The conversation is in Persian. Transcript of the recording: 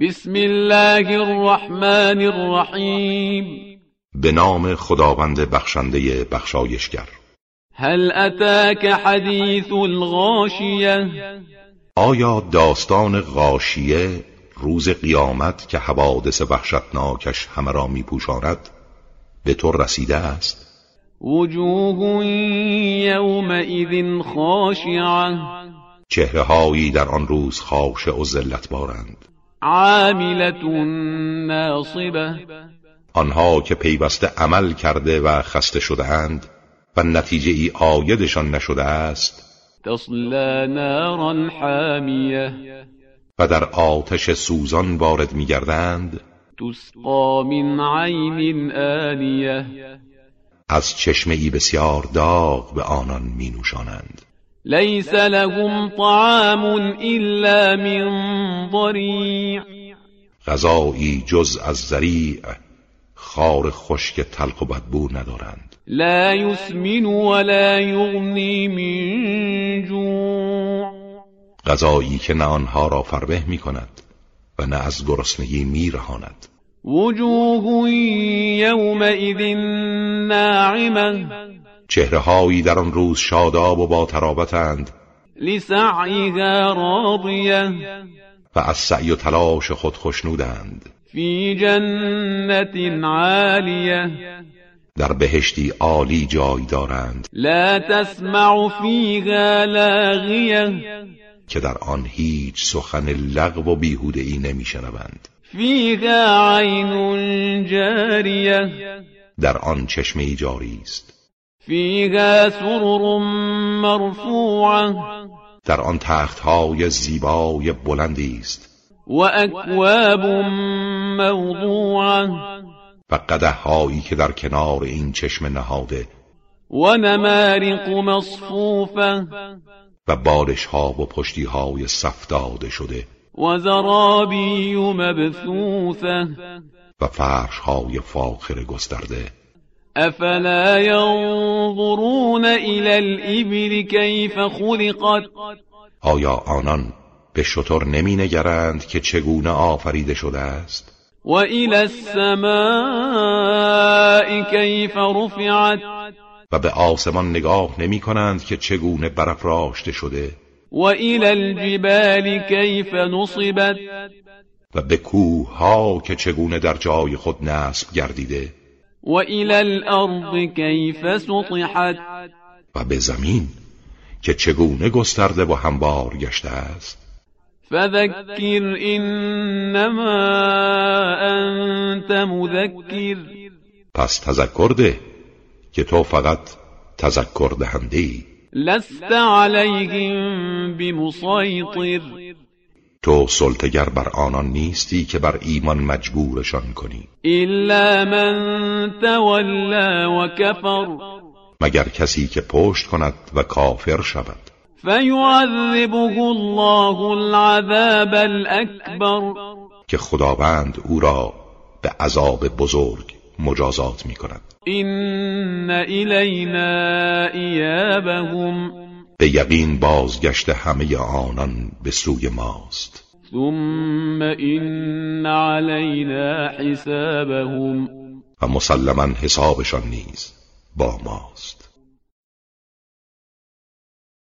بسم الله الرحمن الرحیم به نام خداوند بخشنده بخشایشگر هل اتاک حدیث الغاشیه آیا داستان غاشیه روز قیامت که حوادث وحشتناکش همه را میپوشاند به تو رسیده است وجوه یومئذ خاشعه چهره هایی در آن روز خاشه و ذلت بارند عاملة ناصبه آنها که پیوسته عمل کرده و خسته شده اند و نتیجه ای آیدشان نشده است تصلا نارا حامیه و در آتش سوزان وارد میگردند تسقى من عین آنیه از چشمه ای بسیار داغ به آنان می نوشانند ليس لهم طعام إلا من ضريع غذایی جز از ذریع خار خشک تلخ و بدبو ندارند لا يسمن ولا يغني من جوع غذایی که نه آنها را فربه می کند و نه از گرسنگی می رهاند وجوه يومئذ ناعمة چهرههایی در آن روز شاداب و با تراوتند لسعيها راضية و از سعی و تلاش خود خشنودند في جنة عالية در بهشتی عالی جای دارند لا تسمع فيها لاغية که در آن هیچ سخن لغو و بیهوده ای نمی فيها عين جارية در آن چشمه جاری است فيها سرر مرفوعة در آن تختهای زیبای بلندی است وأكواب موضوعة و قدههایی که در کنار این چشمه نهاده ونمارق مصفوفة و بالشها و پشتیهای صفداده شده وزرابي مبثوثة و فرشهای فاخر گسترده أفلا ينظرون إلى الإبل كيف خلقت آیا آنان به شتر نمی نگرند که چگونه آفریده شده است وإلى السماء كيف رفعت و به آسمان نگاه نمی کنند که چگونه برافراشته شده وإلى الجبال كيف نصبت و به کوه ها که چگونه در جای خود نصب گردیده وإلى الأرض كيف سطحت و به زمین که چگونه گسترده و هموار گشته است فذكر إنما أنت مذكر پس تذکر ده که تو فقط تذکر دهنده ای لست عليهم بمسيطر تو سلطگر بر آنان نیستی که بر ایمان مجبورشان کنی إلا من تولى وكفر مگر کسی که پشت کند و کافر شود فيعذبه الله العذاب الأكبر که خداوند او را به عذاب بزرگ مجازات می کند إن إلينا إيابهم به یقین بازگشت همه آنان به سوی ماست ثم إن علينا حسابهم و مسلما حسابشان نیز با ماست